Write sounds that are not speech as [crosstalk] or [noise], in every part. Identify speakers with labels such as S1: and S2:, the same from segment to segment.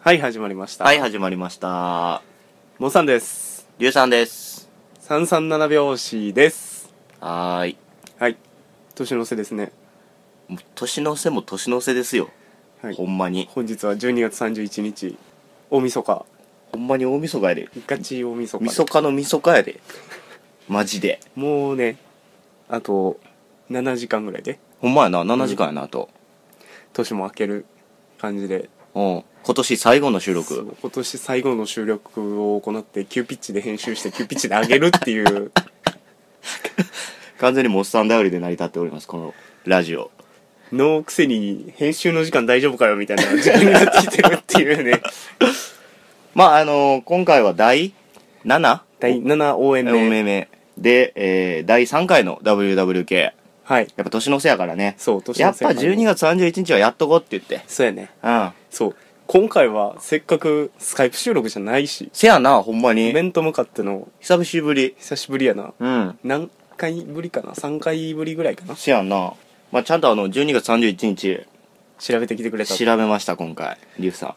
S1: はい、始まりました。
S2: はい、始まりました。
S1: モさんです。
S2: りゅうさんです。
S1: 337拍子です。
S2: はーい。
S1: はい。年の瀬ですね。
S2: もう年の瀬も年の瀬ですよ。
S1: はい
S2: ほ。んまに。
S1: 本日は12月31日、大晦日、
S2: ほんまに大晦日やで。
S1: ガチ大晦日。
S2: 晦日の晦日やで。マジで。
S1: もうね、あと7時間ぐらいで、
S2: ほんまやな、7時間やな、あと。
S1: 年も明ける感じで、
S2: うん。今年最後の収
S1: そ
S2: 録。
S1: う今年最後の収録を行って、急ピッチで編集して、急ピッチで上げるって
S2: [laughs]
S1: いう、
S2: 完全にもうおっさん頼りで成り立っております、このラジオ。
S1: のくせに、編集の時間大丈夫かよみたいな時間になってきてるっていう
S2: [laughs]
S1: ね、
S2: まあ、あのー今回は第 7?
S1: 第7応援
S2: 4
S1: 目。
S2: 名目。で、えー、第3回の WWK。や
S1: はい。
S2: っぱ年の瀬やからね。
S1: そう、年
S2: や
S1: の
S2: っ
S1: 瀬
S2: ぱ12月31日はやっとこうって言って。
S1: そうやね。
S2: うん。
S1: そう。今回はせっかくスカイプ収録じゃないし、
S2: せやな、ほんまに。
S1: 面と向かっての
S2: 久しぶり。
S1: 久しぶりやな。
S2: うん。
S1: 何回ぶりかな ?3 回ぶりぐらいかな
S2: せやんな。まあ、ちゃんとあの、12月31日、
S1: 調べてきてくれた。今
S2: 調べました、今回。リュウさ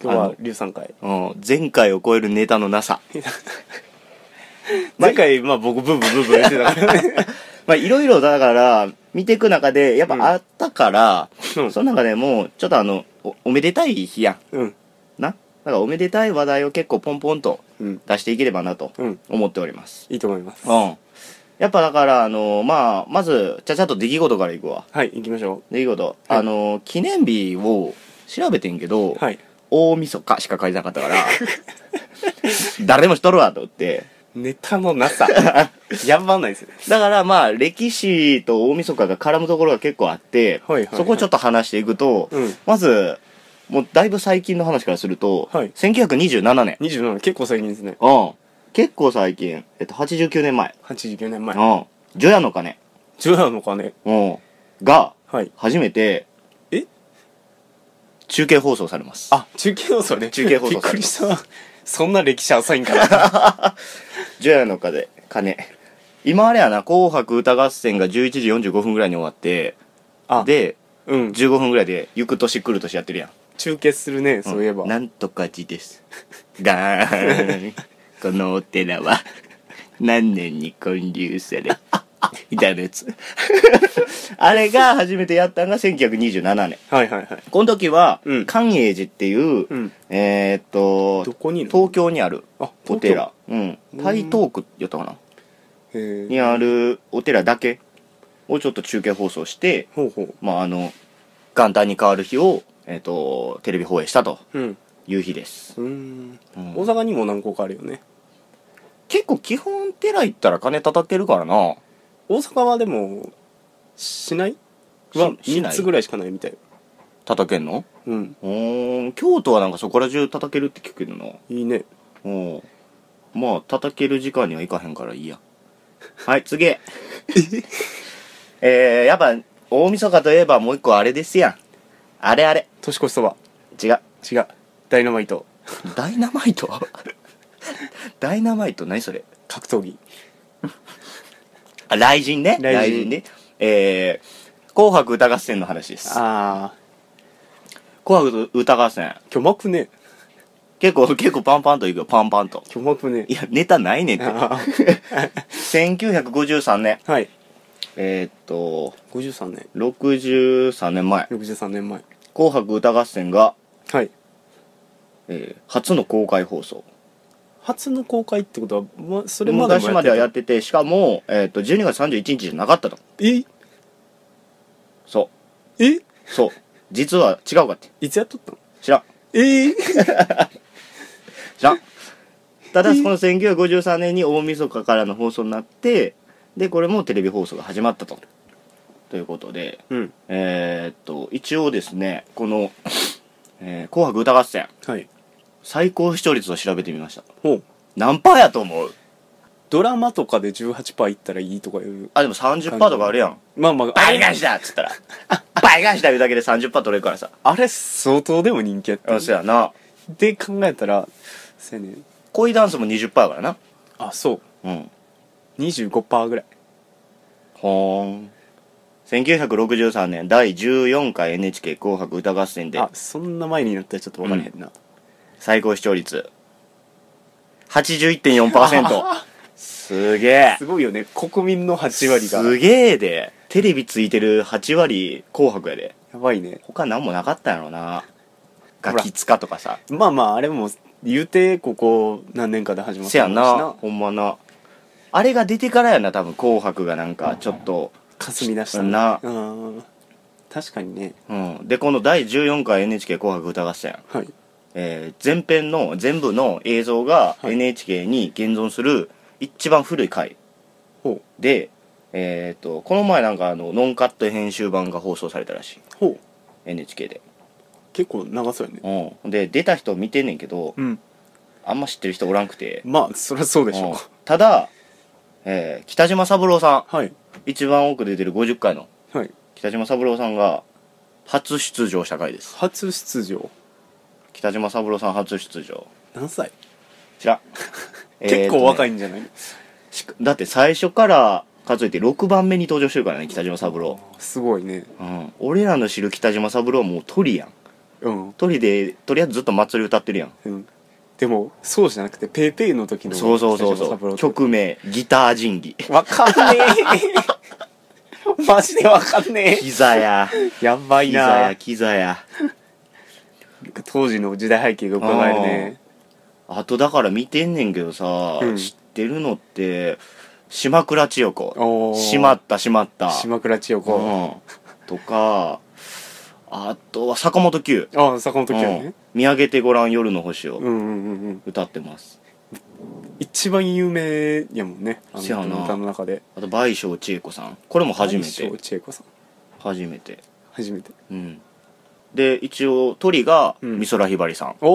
S1: 日
S2: あ
S1: は
S2: の
S1: 龍さん [laughs] 回。
S2: ん。うん。前回を超えるネタのなさ。
S1: [laughs] 前回、まあ僕ブーブーブーブー言ってたからね。
S2: まあ、いろいろだから、見ていく中で、やっ
S1: うん
S2: ぱあったから、
S1: うん
S2: その中でもう、ちょっとあの、お、おめでたい日や
S1: うん。
S2: ん。な。だから、おめでたい話題を結構ポンポンと
S1: うん。
S2: 出していければなと
S1: うん。
S2: 思っております。
S1: いいと思います。
S2: うん。やっぱだから、あの、まあ、まず、ちゃちゃっと出来事からいくわ。
S1: はい、行きましょ
S2: 出来事。
S1: はい
S2: あの、記念日を調べてんけど、
S1: う。はい。
S2: 大晦日しか書いてなかったから [laughs] 誰もしとるわと思って
S1: ネタのな
S2: [laughs]
S1: さ。やばないですね。
S2: だからまあ歴史と大晦日が絡むところが結構あって、
S1: はいはいはい
S2: そこをちょっと話していくと、
S1: うん
S2: まずもうだいぶ最近の話からすると、
S1: はい
S2: 1927年、
S1: 27、結構最近ですね。
S2: うん、結構最近、えっと、89年前、
S1: 89年前
S2: う。ん、除夜の鐘、
S1: ジョなのかね
S2: うん、が
S1: はい。
S2: 初めて
S1: え
S2: 中継放送されます
S1: あ、中継放送ね。
S2: 中継放送
S1: びっくりした。そんな歴史浅いんか
S2: [laughs]
S1: な。
S2: 除夜の鐘鐘今あれやな「紅白歌合戦」が11時45分ぐらいに終わって
S1: あ
S2: で
S1: うん。
S2: 15分ぐらいで「行く年来る年」やってるやん
S1: 中継するね、そういえば。
S2: んなんとか字ですガーンこのお寺は何年に建立されみたいなやつあれが初めてやったのが1927年
S1: はいはいはい。
S2: この時は
S1: うん
S2: 寛永寺っていう、
S1: うん。
S2: えー、っと
S1: どこにいるの
S2: 東京にある
S1: あ
S2: お
S1: 東京
S2: 寺うん
S1: うん
S2: 台東区やったかな
S1: えー、
S2: にあるお寺だけをちょっと中継放送して、
S1: ほうほう。
S2: まあ、あの元旦に変わる日を、えっとテレビ放映したと
S1: うん。
S2: いう日です、
S1: うーん。
S2: うん
S1: 大阪にも何個かあるよね。
S2: 結構基本寺行ったら金叩けるからな
S1: 大阪はでも、しない
S2: し
S1: は
S2: し
S1: 3
S2: ない
S1: つぐらいしかないみたい。
S2: 叩けんの
S1: うん。
S2: うーん京都はなんかそこら中叩けるって聞くけどない
S1: いね。
S2: うんまあ叩ける時間には行かへんか
S1: [laughs]
S2: らいいやはい次えー、やっぱ大晦日といえばもう一個あれですやんあれあれ
S1: 年越しそば。
S2: 違う
S1: 違う。ダイナマイト。
S2: ダイナマ [laughs] イトダイナマイト何それ
S1: 格闘技。
S2: あ雷神ね
S1: 雷神
S2: 雷神ねえー、紅白歌合戦の話です
S1: あ
S2: 紅白歌合戦
S1: ー。巨幕ね。
S2: 結構結構パンパンといくよパンパンと
S1: 巨幕ね
S2: い。やネタないねんって
S1: あ
S2: 1953年
S1: ーはい。
S2: えー、っと
S1: 53年。
S2: 63年前
S1: 63年前。
S2: 紅白歌合戦が、
S1: はい。
S2: えー初の公開放送
S1: 初の公開ってことは、ま、それまだ
S2: 昔まではや
S1: っ
S2: っててしかも、えーっと12月31日じゃなかったと
S1: え
S2: そう
S1: え
S2: [laughs] そう実は違うかって
S1: いつやっとったの
S2: 知らん
S1: ええ
S2: じゃんただこの1953年に大晦日からの放送になってでこれもテレビ放送が始まったとということで
S1: うん。
S2: えーっと一応ですねこの「えー紅白歌合戦
S1: はい。」
S2: 最高視聴率を調べてみました
S1: ほう。
S2: 何パーやと思う
S1: ドラマとかで18%いったらいいとかいう。
S2: あでも30パーとかあるやん
S1: まあまあ、あ
S2: 倍
S1: れ、
S2: 返しだっつ [laughs] ったら倍返しだ言うだけで30パー取れるからさ
S1: あれ相当でも人気やった
S2: あ。そうやな
S1: で考えたら、せやねん
S2: 恋ダンスも20パーやからな
S1: あ、そう。
S2: うん
S1: 25%ぐらい。
S2: ほーん1963年第14回 NHK 紅白歌合戦で
S1: あ、そんな前になったらちょっとわからへんな。
S2: 最高視聴率81.4%すげ
S1: すごいよね国民の
S2: え
S1: 8割が
S2: すげえでテレビついてる8割紅白やで
S1: やばいね
S2: 他何もなかったんやろな
S1: ほら
S2: ガキツカとかさ
S1: まあまああれも言うてここ何年かで始まった
S2: せ
S1: も
S2: や
S1: んし
S2: なほんまなあれが出てからやな多分「紅白」がなんかちょっと、
S1: 霞出した
S2: な
S1: うん確かにね
S2: うん、でこの第14回 NHK「紅白歌合戦
S1: はい」
S2: えー前編の全部の映像が
S1: はい
S2: NHK に現存する一番古い回
S1: ほ
S2: で、えー、とこの前なんかあのノンカット編集版が放送されたらしいう
S1: ほう
S2: NHK で、
S1: 結構長そうやね
S2: うん、で出た人見てんねんけど
S1: うん
S2: あんま知ってる人おらんくて
S1: まあそりゃそうでしょ
S2: うん
S1: う
S2: ただ、えー北島三郎さ
S1: はい
S2: ん一番多く出てる50回の
S1: はい
S2: 北島三郎さんが初出場した回です
S1: 初出場
S2: 北島三郎さん初出場
S1: 何歳
S2: 知らん
S1: [laughs] 結構若
S2: い、
S1: いんじゃない
S2: しかだって最初から数えて6番目に登場してるからね北島三郎、
S1: すごいね
S2: うん、俺らの知る北島三郎はもう鳥やん
S1: うん
S2: 鳥でとりあえずずっと祭り歌ってるやん
S1: うんでもそうじゃなくてペイペイの時の
S2: そうそうそう
S1: 北島三
S2: そ
S1: 郎
S2: う曲名「ギター仁義
S1: わかんねえ [laughs] マジでわかん」ね
S2: 膝や
S1: えやばい
S2: 膝や
S1: な
S2: 膝や
S1: 当時の時代背景が伺えるね
S2: あとだから見てんねんけどさ、
S1: うん
S2: 知ってるのって島倉千代子
S1: おー
S2: しまったしまった
S1: 島倉千代子、
S2: うんとかあとは坂本九
S1: ああ坂本九
S2: うん
S1: ね、
S2: 見上げてごらん夜の星を
S1: うん、うんうんうん
S2: 歌ってます、
S1: 一番有名やもんねあ
S2: せやな
S1: の歌の中で
S2: あと倍賞千恵子さんこれも初め
S1: 大
S2: て
S1: 将千恵子さん
S2: 初めて
S1: 初めて
S2: うんで一応トリが
S1: うん
S2: 美空ひばりさん、
S1: お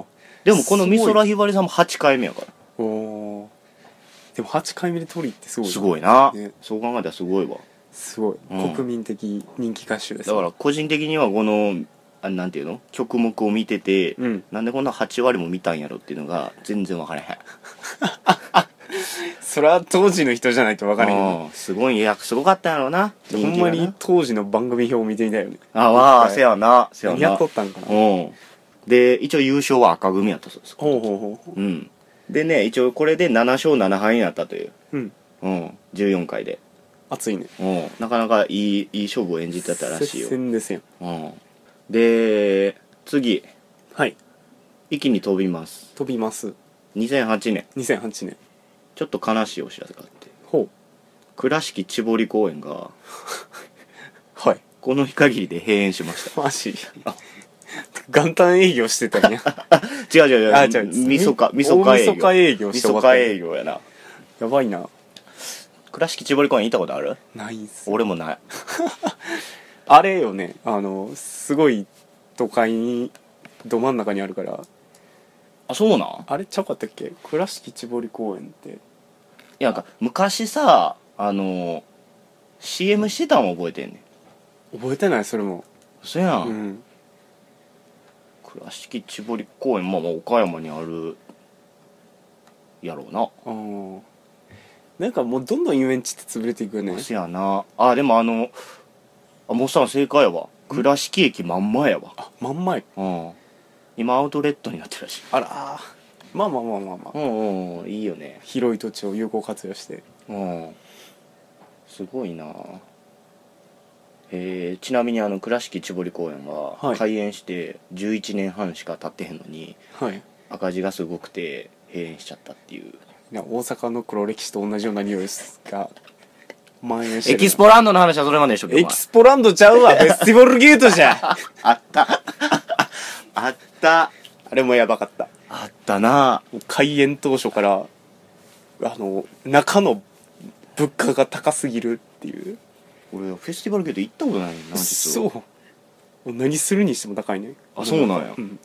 S1: お、
S2: でもこの
S1: すごい
S2: 美空ひばりさんも8回目やから
S1: おおーでも8回目で取りってすごいな
S2: すごいな、
S1: ね
S2: そう考えたらすごいわ
S1: すごい、
S2: うん
S1: 国民的人気歌手です
S2: だから個人的にはこのあなんていうの曲目を見てて、
S1: うん
S2: なんでこんな8割も見たんやろっていうのが全然分からへん
S1: それは当時の人じゃないと分からへんよ
S2: うんすごいいやすごかったんやろうな
S1: ほんま
S2: 人気が
S1: に
S2: な
S1: 当時の番組表を見てみたいよね
S2: あわ
S1: 一
S2: あ
S1: 回
S2: せやなせやな
S1: やっとったんかな
S2: うんで一応優勝は赤組やったそうです
S1: ほうほうほうほ
S2: うんでね一応これで7勝7敗になったという
S1: ううん
S2: うん14回で
S1: 熱いね
S2: うんなかなかいいいい勝負を演じてたらしいよ
S1: 接、戦ですよ
S2: うん、で次
S1: はい
S2: 一気に飛びます
S1: 飛びます
S2: 2008年
S1: 2008年
S2: ちょっと悲しいお知らせがあって
S1: ほう
S2: 倉敷千堀公園が
S1: はい
S2: この日限りで閉園しまし
S1: マジ元旦営業して
S2: [laughs]
S1: たんや
S2: た違う違う違う
S1: あ違う
S2: みそかみそか
S1: 大
S2: 営
S1: 晦日営業
S2: 業み
S1: して終
S2: そ
S1: わった
S2: か営業やな
S1: やばいな
S2: 倉敷千堀公園行ったことある
S1: ないんす
S2: 俺もない
S1: あれよねあのすごい都会にど真ん中にあるから
S2: あそうなん
S1: あれちゃうかったっけ倉敷千堀公園って
S2: いやなんか昔さあの CM してたん覚えてんねん
S1: 覚えてないそれも
S2: そやん、
S1: うん
S2: 倉敷千堀公園まあまあ岡山にあるやろうな、
S1: あーなんかもうどんどん遊園地って潰れていくよね
S2: そやなあでもあのあモッさん正解やわ倉敷駅真ん前やわ
S1: あ真ん前
S2: うん今アウトレットになってるらしい
S1: あらーまあまあまあまあまあ
S2: うんうんいいよね
S1: 広い土地を有効活用して
S2: うんすごいなえーちなみにあの倉敷千堀公園
S1: は
S2: はい開園して11年半しか経ってへんのに
S1: はい
S2: 赤字がすごくて閉園しちゃったっていう
S1: な大阪の黒歴史と同じような匂いが蔓延して
S2: エ
S1: る
S2: キスポランドの話はそれまででしょ
S1: エキスポランドちゃうわフェスティバルゲートじゃ
S2: あったあった
S1: あれもやばかった
S2: あったな
S1: もう開園当初からあの中の物価が高すぎるっていう
S2: 俺フェスティバルゲート行ったことないねんな実
S1: そう
S2: は
S1: もう何するにしても高いね
S2: あそうなんや
S1: うん、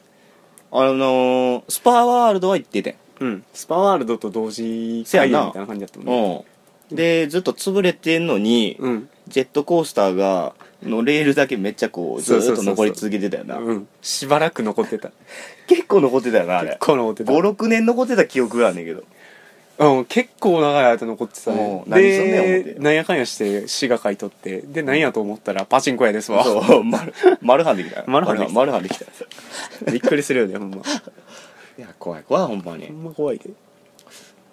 S2: あのースパワールドは行ってて
S1: うんスパワールドと同時
S2: せや
S1: 開
S2: な
S1: 園みたいな感じだったもんね
S2: うんでずっと潰れてんのに、
S1: うん
S2: ジェットコースターがのレールだけめっちゃこうず
S1: そうそうそ
S2: ーっ
S1: う
S2: と
S1: そう
S2: 残り続けてたよな
S1: うん、しばらく残ってた
S2: 結構残ってたよなあれ
S1: 結構残ってた
S2: 56年残ってた記憶があんねんけど
S1: うん、結構長い間残ってたね
S2: おう何そんなん思って
S1: でなんやかんやして詩が書いとってでなんやと思ったらパチンコ屋ですわ
S2: そう丸丸ハンできた
S1: 丸半できた
S2: 丸半できたい
S1: びっくりするよねほん [laughs] ま
S2: や怖い怖いほんま
S1: ほ
S2: に
S1: んま怖いで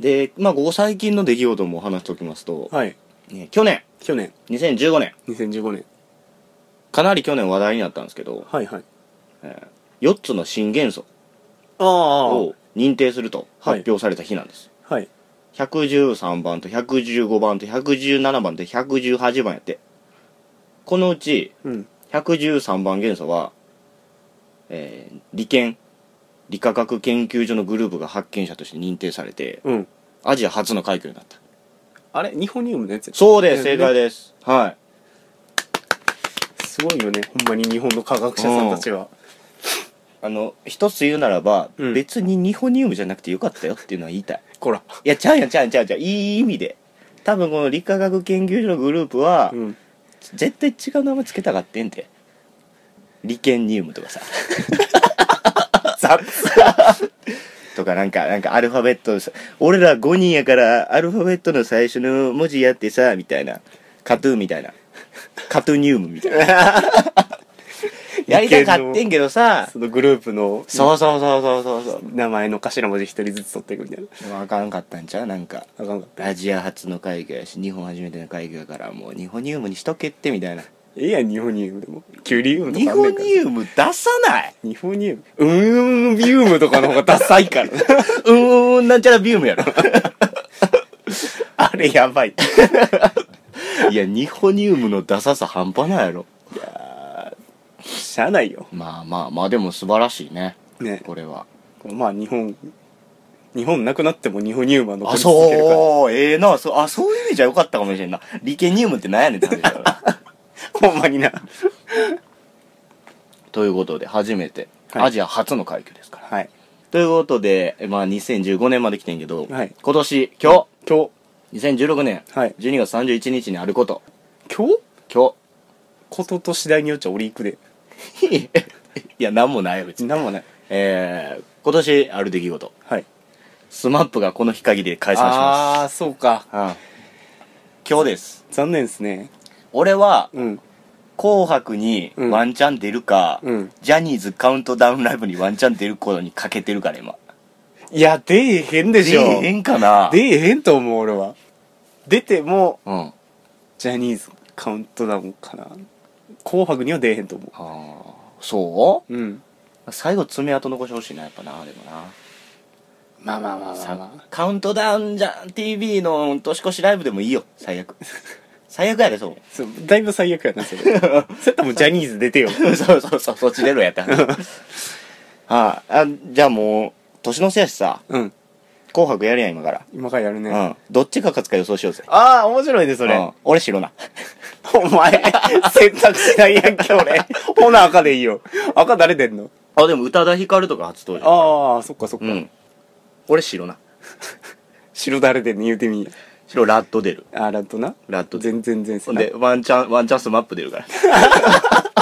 S2: でまあここ最近の出来事も話しておきますと、
S1: はい
S2: ね去年
S1: 去年
S2: 2015年
S1: 2015年
S2: かなり去年話題になったんですけど、
S1: はいはい
S2: えー、4つの新元素
S1: ああ
S2: を認定すると発表された日なんです、
S1: はい
S2: 113番と115番と117番と118番やってこのうち
S1: うん
S2: 113番元素は、えー理研理化学研究所のグループが発見者として認定されて
S1: うん
S2: アジア初の快挙になった
S1: あれニホニウムのやつ
S2: そうです
S1: だよ
S2: 正
S1: ね
S2: 解ですはい
S1: すごいよねほんまに日本の科学者さんたちは
S2: あの一つ言うならば、
S1: うん
S2: 別にニホニウムじゃなくてよかったよっていうのは言いたい
S1: こら
S2: いやちゃうやんちゃうやんちゃうやんちゃういい意味で多分この理化学研究所のグループは、
S1: うん
S2: 絶対違う名前つけたがってんて理研ニウムとかさ
S1: 雑
S2: とかなんかなんかアルファベットのさ俺ら5人やからアルファベットの最初の文字やってさみたいなカトゥーみたいなカトゥニウムみたいな [laughs] やりたかってんけどさ
S1: そのグループの
S2: そうそうそうそうそうそう
S1: 名前の頭文字一人ずつ取っていくみたいな
S2: でもあかんかったんちゃうなんか
S1: あかんかった
S2: アジア初の会議やし日本初めての会議やからもう日本ニウムにしとけってみたいな
S1: ええやんニホニウムでもキュリウムと
S2: 日
S1: かあんね
S2: 本
S1: んから
S2: ニウム出さない
S1: ニホニウムうーんビウムとかの方
S2: [laughs]
S1: がダサいから
S2: うーんなんちゃらビウムやろ
S1: あれやばい
S2: いやニホニウムのダサさ半端ないやろ
S1: しゃあないよ
S2: まあまあまあでも素晴らしいね
S1: ね
S2: これは
S1: まあ日本日本なくなってもニホニウムは残
S2: あ
S1: り続けるから
S2: そうええなそうあそういう意味じゃよかったかもしれんな理系ニウムってなんやねんって話だから
S1: ほんまにな
S2: ということで初めて
S1: はい
S2: アジア初の快挙ですから、
S1: はい
S2: ということで、まあ、2015年まで来てんけど、
S1: はい
S2: 今年今
S1: 今
S2: 日2016年
S1: 日はい
S2: 12月31日にあること
S1: 今日
S2: 今
S1: ことと次第によっちゃ俺行くで
S2: 日 [laughs] いや何もないよ別に
S1: なんもない
S2: えー、今年ある出来事
S1: はい
S2: スマップがこの日限りで解散しま
S1: ああーそうか
S2: すうん今日です
S1: 残念ですね
S2: 俺は
S1: うん
S2: 「紅白」に
S1: うん
S2: ワンチャン出るか、
S1: うん
S2: ジャニーズカウントダウンライブにワンチャン出ることにかけてるから今
S1: いや出えへんで
S2: 出
S1: し
S2: え
S1: ょ
S2: へんかな
S1: 出えへんと思う俺は出ても
S2: うんあ
S1: ジャニーズカウントダウンかな紅白には出えへんと思
S2: ーそう
S1: うん
S2: う最後爪痕残してほしいなやっぱなでもな
S1: まあまあまあまあ
S2: さ
S1: ま
S2: カウントダウンじゃん TV の年越しライブでもいいよ最悪最悪やでそう
S1: あそうだいぶ最悪やなそ [laughs] れそれやったらもうジャニーズ出てよ
S2: [laughs] そうそうそうそっち出ろやって話 [laughs] はいあじゃあもう年のせやしさ
S1: うん
S2: 「紅白」やるやん今から、
S1: 今からやるね、あ
S2: うんどっちが勝つか予想しようぜ
S1: あ面白いねそ
S2: そ
S1: れ、
S2: 俺白な
S1: お前選択しないやんけ俺 [laughs] ほな赤でいいよ赤誰出んの
S2: あでも宇多田ヒカルとか初登場
S1: ああそっかそっか、
S2: うん俺白な
S1: 白誰出んの言うてみんや
S2: 白ラッド出る
S1: あラッドな
S2: ラッド出
S1: 全
S2: る
S1: 然前世
S2: ほんでワンチャンワンチャンスマップ出るから
S1: [laughs]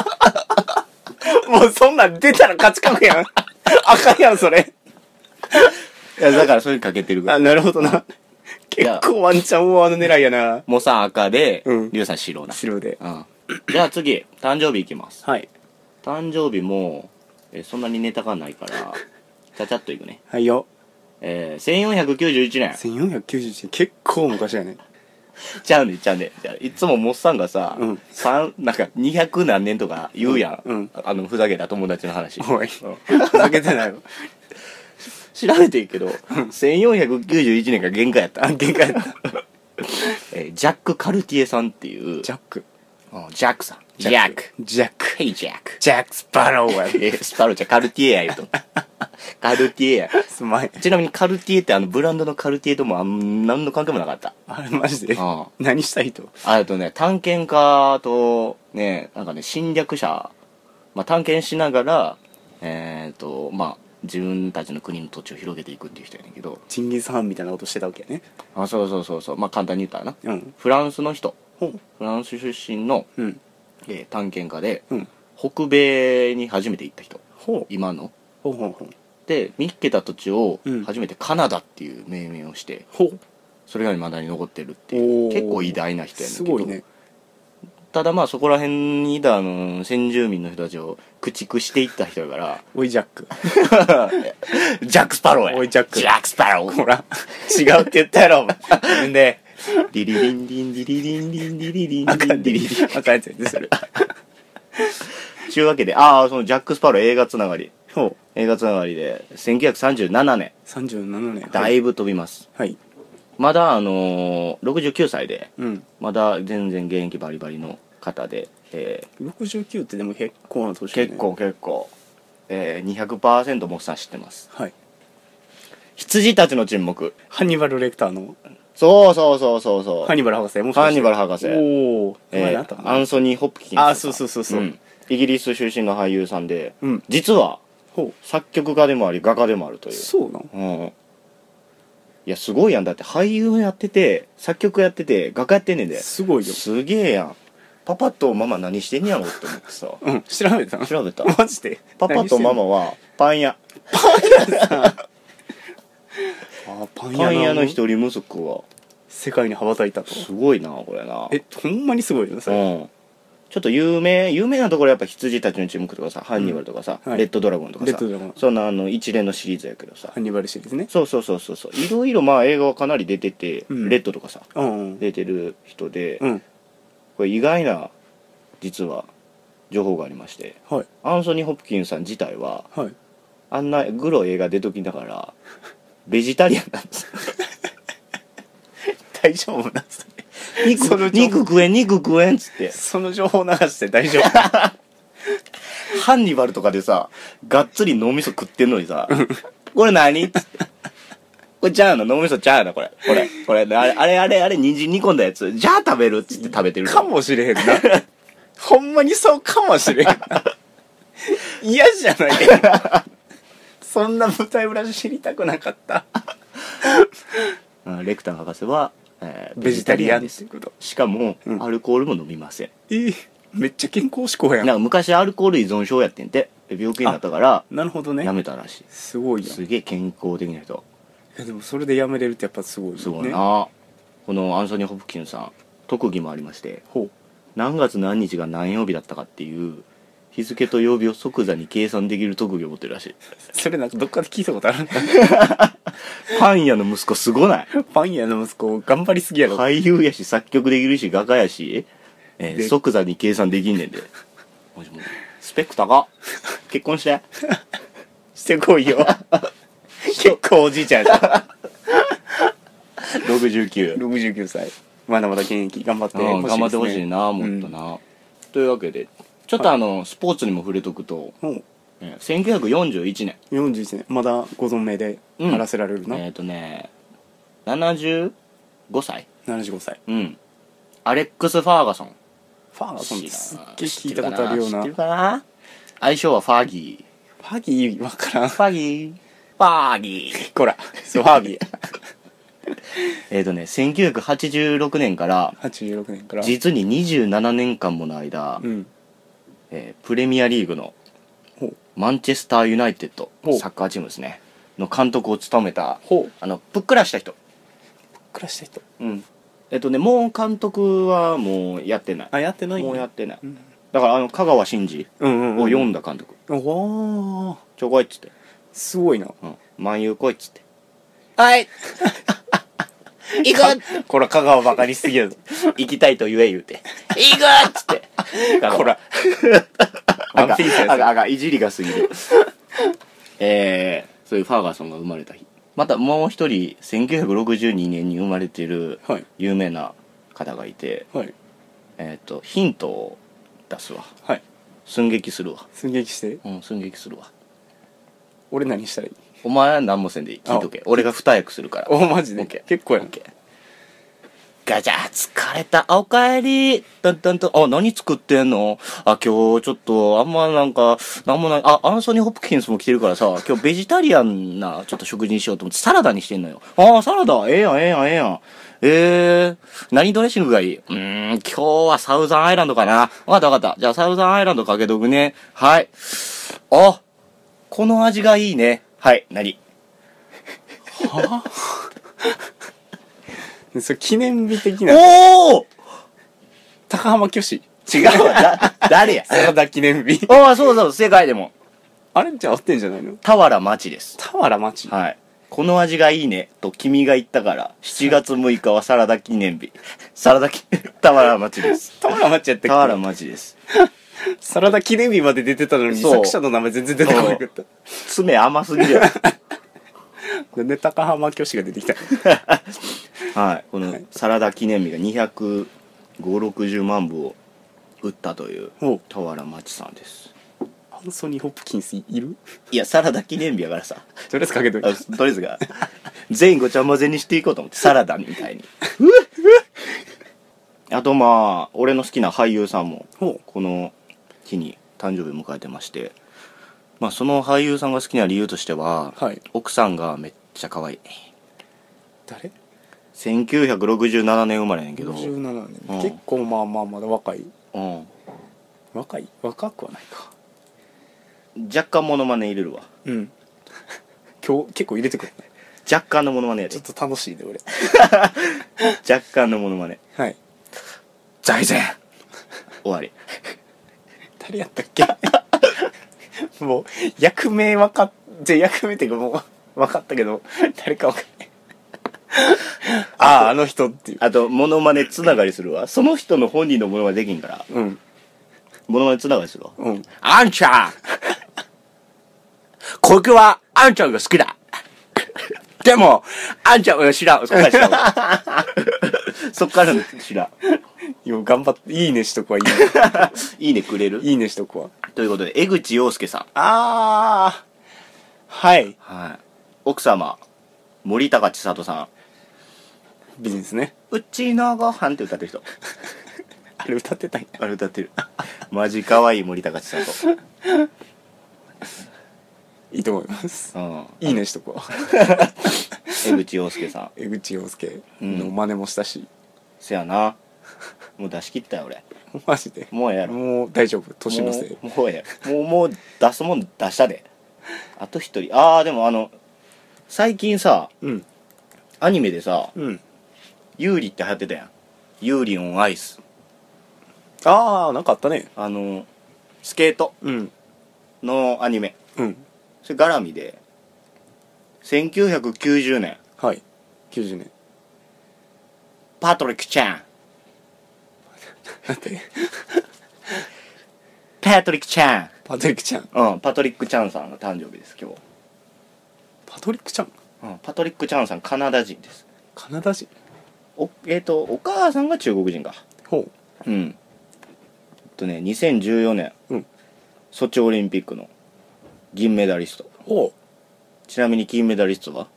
S1: もうそんなん出たら勝ち確 [laughs] やん赤やんそれ
S2: いやだからそれにかけてるか
S1: あ
S2: ら
S1: なるほどな結構ワンチャンワード狙いやな
S2: もうさん赤で
S1: うん
S2: リュウさん白な
S1: 白で
S2: うんじゃあ次誕生日いきます
S1: はい
S2: 誕生日もえーそんなにネタがないから [laughs] ちゃちゃっといくね
S1: はいよ
S2: えー、1491年
S1: 1491結構昔やね
S2: ちゃうねちゃうねじゃあいつもモッさんがさ、
S1: うん
S2: 三なんか200何年とか言うやん、
S1: うんうん
S2: あのふざけた友達の話
S1: おい
S2: うん
S1: ふざけてないよ
S2: 調べてるけど1491年が限界やった、
S1: あ限界やった
S2: [laughs] えージャック・カルティエさんっていう
S1: ジ
S2: ャ
S1: ャック
S2: ジャックさんジャック
S1: ジャック
S2: ヘイジャック
S1: ジャックスパローや
S2: えースパロちゃんカルティエや言
S1: [laughs]
S2: うとカルティエや
S1: すまい
S2: ちなみにカルティエってあのブランドのカルティエともあん何の関係もなかった
S1: あれマジで
S2: あ
S1: 何したいと
S2: あとね探検家とねなんかね侵略者、まあ、探検しながらえっ、とまあ自分たちの国の土地を広げていくっていう人やねんけど
S1: チンギスハンみたいなことしてたわけやね
S2: あそうそうそうそうまあ簡単に言ったらな
S1: うん
S2: フランスの人
S1: ほう
S2: フランス出身の、
S1: うん
S2: えー探検家で
S1: うん
S2: 北米に初めて行った人
S1: ほう
S2: 今の
S1: ほうほうほう
S2: で見っけた土地を
S1: うん
S2: 初めてカナダっていう命名をして、
S1: ほ
S2: それが未だに残ってるってい
S1: お
S2: う
S1: ー
S2: 結構偉大な人やねん
S1: す
S2: けど
S1: ごいね
S2: ただまあそこら辺にいたあの先住民の人たちを駆逐していった人やから
S1: おいジャック
S2: ジャック・スパローや
S1: おいジャック
S2: ジャック・スパロー
S1: ほら
S2: 違うって言ったやろお前んでディリリンディンディリリンディンディリリンディンディリリン
S1: あかんやつやでそれ
S2: ちゅうわけでああそのジャック・スパロー映画つながり
S1: ほう
S2: 映画つながりで1937年
S1: 37年
S2: だいぶ飛びます、
S1: はい
S2: まだあのー、69歳で
S1: うん
S2: まだ全然現役バリバリの方で、えー
S1: 69ってでも結構な年だね
S2: 結構結構、えー、200%モッサン知ってます
S1: はい
S2: 羊たちの沈黙
S1: ハンニバル・レクターの
S2: そうそうそうそうそう
S1: ハンニバル博士も
S2: ハンニバル博士
S1: おお
S2: えーアンソニー・ホップキンス
S1: あそうそうそうそう
S2: イギリス出身の俳優さんで、
S1: うん
S2: 実は
S1: ほ
S2: 作曲家でもあり画家でもあると
S1: う
S2: いう
S1: そうなの
S2: うんいやすごいやんだって俳優やってて作曲やってて画家やってんねんです
S1: ごいよ
S2: すげえやんパパとママ何してんねやろって思っ
S1: [laughs]
S2: てさ
S1: うん調べたの
S2: 調べた
S1: マジで
S2: パパとママはパン屋
S1: あパン屋
S2: パン屋の
S1: の
S2: 一人息子は
S1: 世界に羽ばたいたと
S2: すごいなこれな
S1: えほんまにすごいよねそれ
S2: うんちょっと有名有名なところやっぱ羊たちの注目とかさ、ハンニバルとかさ、
S1: はい
S2: レッドドラゴンとか
S1: レッ
S2: さ
S1: ドドラゴン
S2: そんなあの一連のシリーズやけどさ
S1: ハンニバルシリーズね
S2: そうそうそうそうそういろいろまあ映画はかなり出てて、
S1: うん
S2: レッドとかさ
S1: うん
S2: 出てる人で、
S1: うん
S2: これ意外な実は情報がありまして
S1: はい
S2: アンソニー・ホプキンさん自体は
S1: はい
S2: あんなグロい映画出ときなが
S1: [laughs]
S2: らベジタリアンなんですよ
S1: 大丈夫なんすね
S2: 肉
S1: その情報
S2: 肉食えん肉食えんっつって
S1: その情報流して大丈夫
S2: ハンニバルとかでさがっつり脳みそ食ってんのにさ「これ何?」っつって「これちゃうの脳みそちゃうのこれこれこれあれあれあれあれ人参煮込んだやつじゃあ食べる」っつって食べてる
S1: かもしれへんなほんまにそうかもしれへんな嫌じゃないかそんな舞台裏知りたくなかった
S2: うんレクター博士は、えー
S1: ベジタリアンですこと
S2: しかも、
S1: うん
S2: アルコールも飲みません
S1: えーめっちゃ健康志向や
S2: なん
S1: な
S2: か昔アルコール依存症やってんてで病気になったから
S1: なるほど
S2: や
S1: ね
S2: めたらしい、
S1: すごいやん
S2: すげえ健康的な人
S1: いやでもそれでやめれるってやっぱすごいよね
S2: すごいな、このアンソニー・ホプキンさん特技もありまして
S1: ほう
S2: 何月何日が何曜日だったかっていう日付と曜日を即座に計算できる特技を持ってるらしい
S1: それなんかどっかで聞いたことあるんだ
S2: パン屋の息子すご [laughs] ない
S1: パン屋の息子頑張りすぎやろ、
S2: 俳優やし作曲できるし画家やし、えー
S1: で
S2: 即座に計算できんねんでもしもスペック高っ結婚 [laughs] して
S1: してこいよ
S2: [laughs]
S1: 結構おじいちゃんやで
S2: 69
S1: 69歳まだまだ現役頑張って
S2: うん頑張ってほしい
S1: ね
S2: なもっとな、というわけでちょっとあの、スポーツにも触れとくと、
S1: ほう
S2: えー1941年
S1: 41年まだご存命で
S2: うん
S1: やらせられるな、
S2: えっ、とね75歳
S1: 75歳
S2: うんアレックス・ファーガソン
S1: ファーガソンっ
S2: 知
S1: て
S2: らん
S1: すっげえ
S2: 知
S1: 聞
S2: って
S1: いたこ
S2: るか
S1: とあるよう
S2: 知っ
S1: な
S2: て
S1: フ
S2: るかな相性はファーギ
S1: ァギーわからん
S2: [laughs] ーファーギーファーギー
S1: こらそうファーギ [laughs] ー
S2: えっ、とね1986年から
S1: 86年から
S2: 実に27年間もの間、
S1: うん
S2: えープレミアリーグの
S1: ほう
S2: マンチェスター・ユナイテッド
S1: ほう
S2: サッカーチームですねの監督を務めた
S1: ほう
S2: あのぷっくらした人
S1: 暮らした人
S2: うんえっ、とねもう監督はもうやってない
S1: あやってない
S2: もうやってない
S1: うん
S2: だからあの香川真司
S1: うんうん、うん、
S2: を読んだ監督
S1: おー
S2: 「ちょこい」っつって
S1: すごいな
S2: 「うん万有こい」っつって「はい [laughs] 行く
S1: こら香川バカにしすぎやぞ
S2: 行きたいと言え」言うて「行く!」っつ [laughs] って
S1: こら
S2: あ
S1: ワン
S2: が
S1: ピース
S2: あが
S1: や
S2: あがいじりが過ぎる [laughs] えー、そういうファーガソンが生まれた日またもう一人1962年に生まれてる
S1: つはい
S2: 有名な方がいて
S1: はい
S2: えっ、とヒントを出すわ
S1: はい
S2: 寸劇するわ
S1: 寸劇して
S2: うん寸劇するわ
S1: 俺何したらいい
S2: お前は何もせんでいい聞いとけ俺が二役するから
S1: おマジ
S2: オ
S1: で
S2: ッケー
S1: 結構や
S2: オ
S1: ん
S2: ッケーガチャ疲れたあおかえりだんだんとあ何作ってんのあ今日ちょっとあんまなんかなんもないあアンソニー・ホプキンスも来てるからさ今日ベジタリアンなちょっと食事にしようと思ってサラダにしてんのよああサラダええやんええやんええやんえー、何ドレッシングがいいうーん今日はサウザンアイランドかなわかったわかったじゃあサウザンアイランドかけとくねはいあこの味がいいね。はいな [laughs] り
S1: は [laughs] あそれ記念日的な
S2: おお
S1: 高浜虚子
S2: 違うわだ誰や
S1: 真田記念日
S2: ああそうそう正解でも
S1: あれじゃあ合ってんじゃないの
S2: 俵町です
S1: 田原町
S2: はいこの味がいいねと君が言ったから7月6日はサラダ記念日 [laughs] サラダ記俵町です
S1: 田原町やった
S2: 俵
S1: っ
S2: 町です
S1: けサラダ記念日まで出てたのに
S2: そう
S1: 作者の名前全然出てこなかった
S2: 爪甘すぎる
S1: なんで高浜虚子が出てきたの
S2: はいこのサラダ記念日が25060万部を打ったという
S1: お
S2: 俵町さんです
S1: アンソニー・ホプキンスいる
S2: いやサラダ記念日やからさ
S1: とりあえずかけといて
S2: あとりあえずが全員ごちゃ混ぜにしていこうと思ってサラダみたいにあとまあ俺の好きな俳優さんも
S1: ほ
S2: この日に誕生日を迎えてましてまあその俳優さんが好きな理由としては、
S1: うはい
S2: 奥さんがめっちゃ可愛い
S1: 誰
S2: 1967年生まれやねんけど、うん、
S1: 57年、
S2: うん
S1: 結構まあまあまだ若い若い若くはないか
S2: 若干モノマネ入れるわ
S1: うん今日結構入れてくるね
S2: 若干のモノマネや
S1: ちょ
S2: で
S1: っと楽しいね俺
S2: 若干のモノマネ
S1: はい
S2: 財前終わり
S1: 誰やったっけもう役名分かっじゃあ役名っていうかもう分かったけど誰か分かんないあああの人っていう
S2: あとモノマネつながりするわその人の本人のモノマネできんから
S1: うん
S2: モノマネつながりするわ
S1: うん
S2: あんちゃんここはあんちゃんが好
S1: [laughs]
S2: きだでもあんちゃんは知らんそっから知らん [laughs] わそっからの知らん
S1: よ頑張っていいねしとこはいいね
S2: いいねくれる
S1: いいねしとこは
S2: ということで江口洋介さん、
S1: [laughs] ああはい
S2: はい、奥様森高千里さ
S1: 美人ですね
S2: んうちのご飯って歌ってる人
S1: あれ歌ってたんや
S2: [laughs] あれ歌ってる [laughs] マジ可愛い森高千里、
S1: いいと思います
S2: うん、
S1: [laughs] いいねしとこは
S2: 江口洋介さん
S1: [laughs] 江口洋介の真似もしたし、
S2: せやなもう出し切ったよ俺
S1: マジで
S2: もうええやろ
S1: もう大丈夫年のせい
S2: もうもうええもうもう出すもん出したであと一人ああでもあの最近さ
S1: うん
S2: アニメでさ
S1: うん
S2: ユーリって流行ってたやんユーリオンアイス
S1: ああなんかあったね
S2: あのスケート
S1: うん
S2: のアニメ
S1: うん
S2: それ絡みで1990年
S1: はい90年 [laughs]
S2: パトリックちゃん
S1: だって
S2: パトリックちゃん
S1: パトリックちゃん
S2: うんパトリックちゃんさんの誕生日です今日、
S1: パトリックちゃん
S2: うん、パトリックちゃんさんカナダ人です
S1: カナダ人
S2: おえっ、とお母さんが中国人か
S1: ほ
S2: うんえっとね2014年、
S1: うん
S2: ソチオリンピックの銀メダリスト
S1: うほう
S2: ちなみに金メダリストは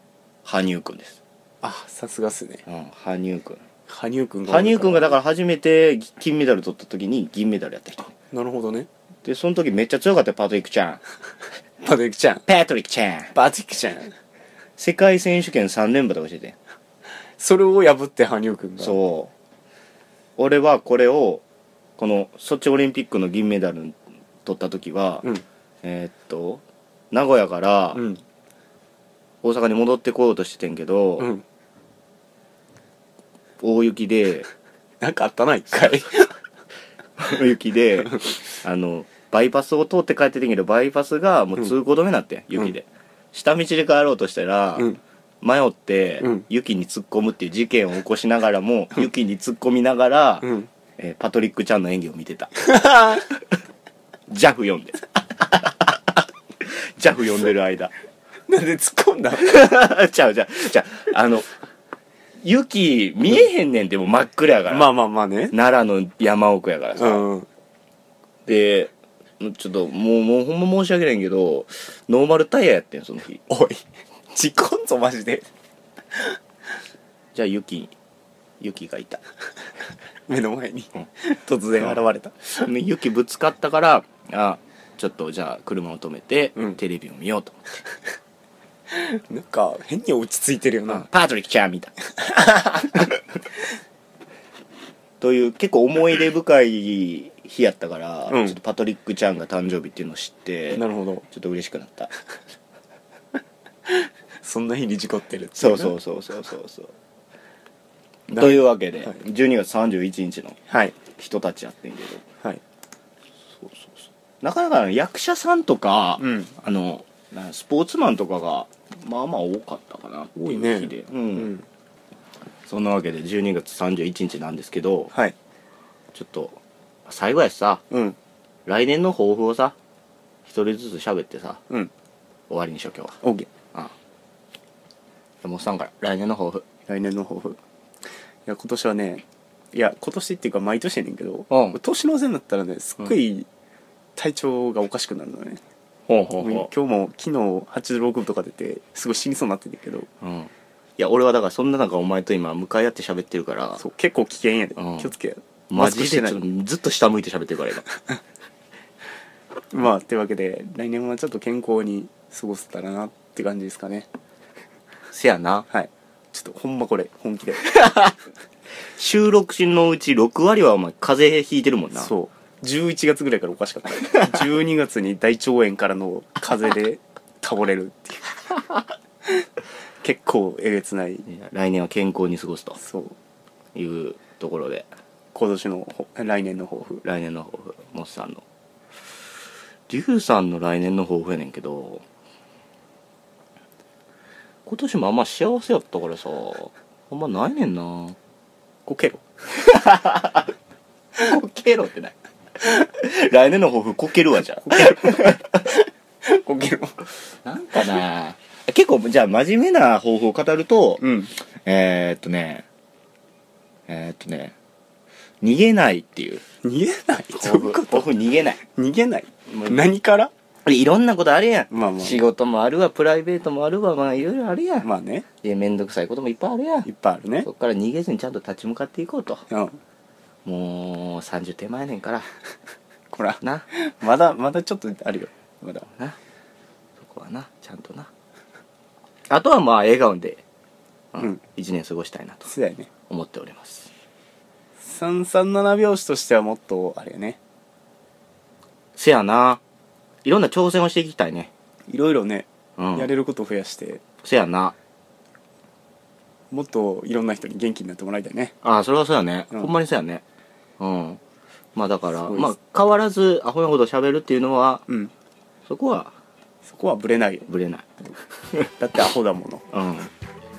S2: 羽生くんです、
S1: あさすがっすね
S2: うん、羽生くん
S1: 羽生くんが
S2: 羽生くんがだから初めて金メダル取った時に銀メダルやった人
S1: なるほどね
S2: でその時めっちゃ強かったよパトリックちゃん
S1: パトリックちゃん
S2: パトリックちゃん
S1: パトリックちゃん
S2: 世界選手権3連覇とかしてて
S1: それを破って羽生くんがう
S2: そう俺はこれをこのソチオリンピックの銀メダル取った時は、
S1: うん
S2: えーっと名古屋から、
S1: うん
S2: 大阪に戻ってこようとしててんけど、
S1: うん
S2: 大雪で
S1: なんかあったな一回
S2: 大 [laughs] 雪であのバイパスを通って帰っててんけどバイパスがもう通行止めになってん、雪で、下道で帰ろうとしたら、
S1: うん
S2: 迷って、
S1: うん
S2: 雪に突っ込むっていう事件を起こしながらも、雪に突っ込みながら、
S1: うん
S2: えーパトリック・ちゃんの演技を見
S1: [laughs]
S2: てた JAF 読んで JAF 読んで
S1: [laughs]
S2: る間
S1: [laughs] なんで突っ込んだ
S2: ちゃうちゃうちゃうあの雪見えへんねんでも真っ暗やか
S1: [laughs]
S2: ら、
S1: まあまあまあね
S2: 奈良の山奥やからさ、
S1: うん
S2: でちょっともうもうほんま申し訳ないんけどノーマルタイヤやってんその日
S1: おい事故んぞマジで
S2: じゃあユキユキが
S1: [laughs]
S2: いた
S1: 目の前に
S2: うん
S1: 突然現れた
S2: でユキぶつかったからあちょっとじゃあ車を止めて、
S1: うん
S2: テレビを見ようと思って
S1: なんか変に落ち着いてるよな
S2: パートリックちゃんみたいな
S1: [laughs]
S2: という結構思い出深い日やったから、
S1: うん
S2: ちょっとパトリックちゃんが誕生日っていうのを知って
S1: なるほど
S2: ちょっと嬉しくなった
S1: そんな日に事故ってるってい
S2: そうそううそうそうそうそう
S1: な
S2: というわけで、
S1: はい
S2: 12月31日の
S1: はい
S2: 人たちやってんけど
S1: はい
S2: そうそうそうなかなかね役者さんとか、
S1: うん
S2: あのなスポーツマンとかがまあまあ多かったかなって
S1: 多いうね
S2: 日で、う
S1: うんん
S2: そんなわけで12月31日なんですけど
S1: はい
S2: ちょっと最後やしさ
S1: うん
S2: 来年の抱負をさ一人ずつ喋ってさ
S1: うん
S2: 終わりにしよう今日は
S1: OK
S2: 山本さんから来年の抱負
S1: 来年の抱負いや今年はねいや今年っていうか毎年やねんけど、
S2: うん
S1: 年の瀬になったらねすっごい体調がおかしくなるのね、
S2: ほう
S1: 今日も昨日86分とか出てすごい死にそうになってんだけど
S2: う、うん、いや俺はだからそんな中お前と今向かい合って喋ってるから
S1: そう結構危険やで、
S2: うん
S1: 気をつけ
S2: マジでち
S1: マス
S2: ょ
S1: ク
S2: っと
S1: し
S2: ずっと下向いて喋ってるから今
S1: てないまあというわけで来年はちょっと健康に過ごせたらなって感じですかね
S2: [laughs] せやな
S1: はいちょっとほんまこれ本気で
S2: 収録時のうち6割はお前風邪ひいてるもんなう
S1: そう11月ぐらいからおかしかった12月 [laughs] に大腸炎からの風邪で倒れるっていう結構えげつない
S2: 来年は健康に過ごすと
S1: そう
S2: いうところで
S1: 今年のほ来年の抱負
S2: 来年の抱負モスさんのリュウさんの来年の抱負やねんけど今年もあんま幸せやったからさあんまないねんな
S1: こけろ
S2: [laughs] こけろってない [laughs] 来年の抱負こけるわじゃ
S1: こけろ
S2: あなんかな結構じゃあ真面目な抱負を語ると、
S1: うん
S2: えー、っとねえー、っとね逃げないっていう
S1: 逃げないど
S2: 抱
S1: うい
S2: 負
S1: うこ
S2: 抱
S1: と
S2: 負逃げない
S1: 逃げない
S2: もう
S1: 何から
S2: いろんなことあるやん、
S1: まあまあ
S2: 仕事もあるわプライベートもあるわまあいろいろあるやん、
S1: まあね
S2: で面倒くさいこともいっぱいあるや
S1: い
S2: ん
S1: っぱいあるね
S2: そっから逃げずにちゃんと立ち向かっていこうと
S1: うん
S2: もう30手前ねんから
S1: ほら
S2: な
S1: まだまだちょっとあるよまだ
S2: なそこはなちゃんとなあとはまあ笑顔で、うん
S1: うん
S2: 1年過ごしたいなと
S1: そうだよね
S2: 思っております
S1: 337拍子としてはもっとあれよね
S2: せやないろんな挑戦をしていきたいね
S1: いろいろね、
S2: うん
S1: やれることを増やして
S2: せやな
S1: もっといろんな人に元気になってもらいたいね
S2: ああそれはそうやね、
S1: うん
S2: ほんまにそうやねうんまあだか
S1: す
S2: ら
S1: ごいっす
S2: まあ変わらずアホなほど喋るっていうのは
S1: うん
S2: そこは
S1: そこはブレないよ
S2: ぶれない
S1: だってアホだもの
S2: うん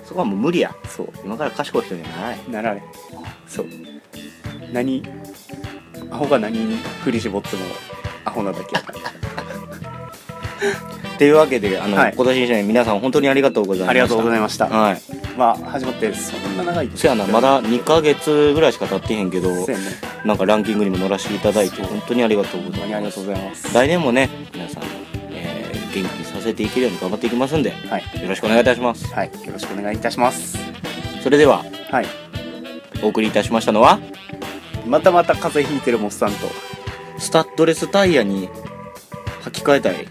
S2: そこはもう無理や
S1: そう
S2: 今から賢い人にはならない
S1: なられそう何アホが何に振り絞ってもアホなだけやから
S2: というわけであの、
S1: はい
S2: 今年一年皆さん本当にありがとうございました
S1: ありがとうございました
S2: はい
S1: まあ始まってそんな長い
S2: せやなまだ2ヶ月ぐらいしか経ってへんけど
S1: そうやね
S2: なんかランキングにも乗らせていただいて本当にありがとうご
S1: 本当
S2: ざ
S1: に
S2: い
S1: あり
S2: ま
S1: がと
S2: す
S1: うございます
S2: 来年もね皆さん、えー元気にさせていけるように頑張っていきますんでよ
S1: はい
S2: ろしくお願いいたします
S1: はいよろしくお願いいたします
S2: それでは
S1: はい
S2: お送りいたしましたのは
S1: またまた風邪ひいてるモッサンと
S2: スタッドレスタイヤに履き替えたい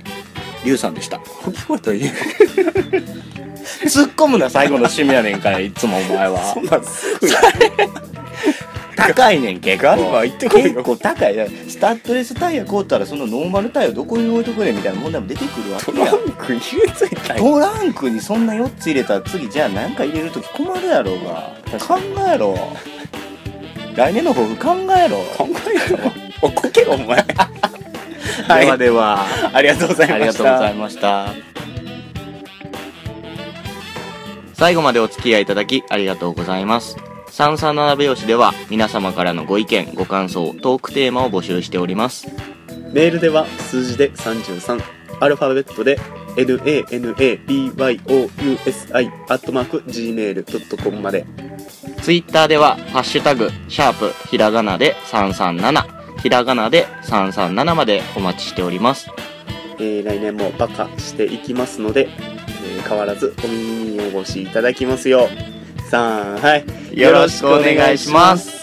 S2: リュウさんでした
S1: こういうこと言う
S2: 突っ込むな最後の趣味やねんからいつもお前 [laughs] は
S1: そんなんすぐ
S2: 高いねん結構
S1: ガンバ行ってこいよ
S2: 結構高いだからスタッドレスタイヤ買うたらそのノーマルタイヤどこに置いとくねんみたいな問題も出てくるわ
S1: ト
S2: け
S1: ラ
S2: やん
S1: ンク入れといたんや
S2: トランクにそんな4つ入れたら次じゃあ何か入れる時困るやろうが考えろ来年の抱負考えろ
S1: 考えたわおこけろお [laughs] 前はい
S2: [laughs] ではでは
S1: ありがとうございました
S2: ありがとうございました最後までお付き合いいただきありがとうございます三三七拍子では皆様からのご意見ご感想トークテーマを募集しております
S1: メールでは数字で33アルファベットで nanabyousi.gmail.com まで
S2: ツイッターでは、ハッシュタグ、シャープ、ひらがなで337、ひらがなで337までお待ちしております。
S1: えー来年もバカしていきますので、えー変わらずお耳にお越しいただきますようさあはい
S2: よろしくお願いします。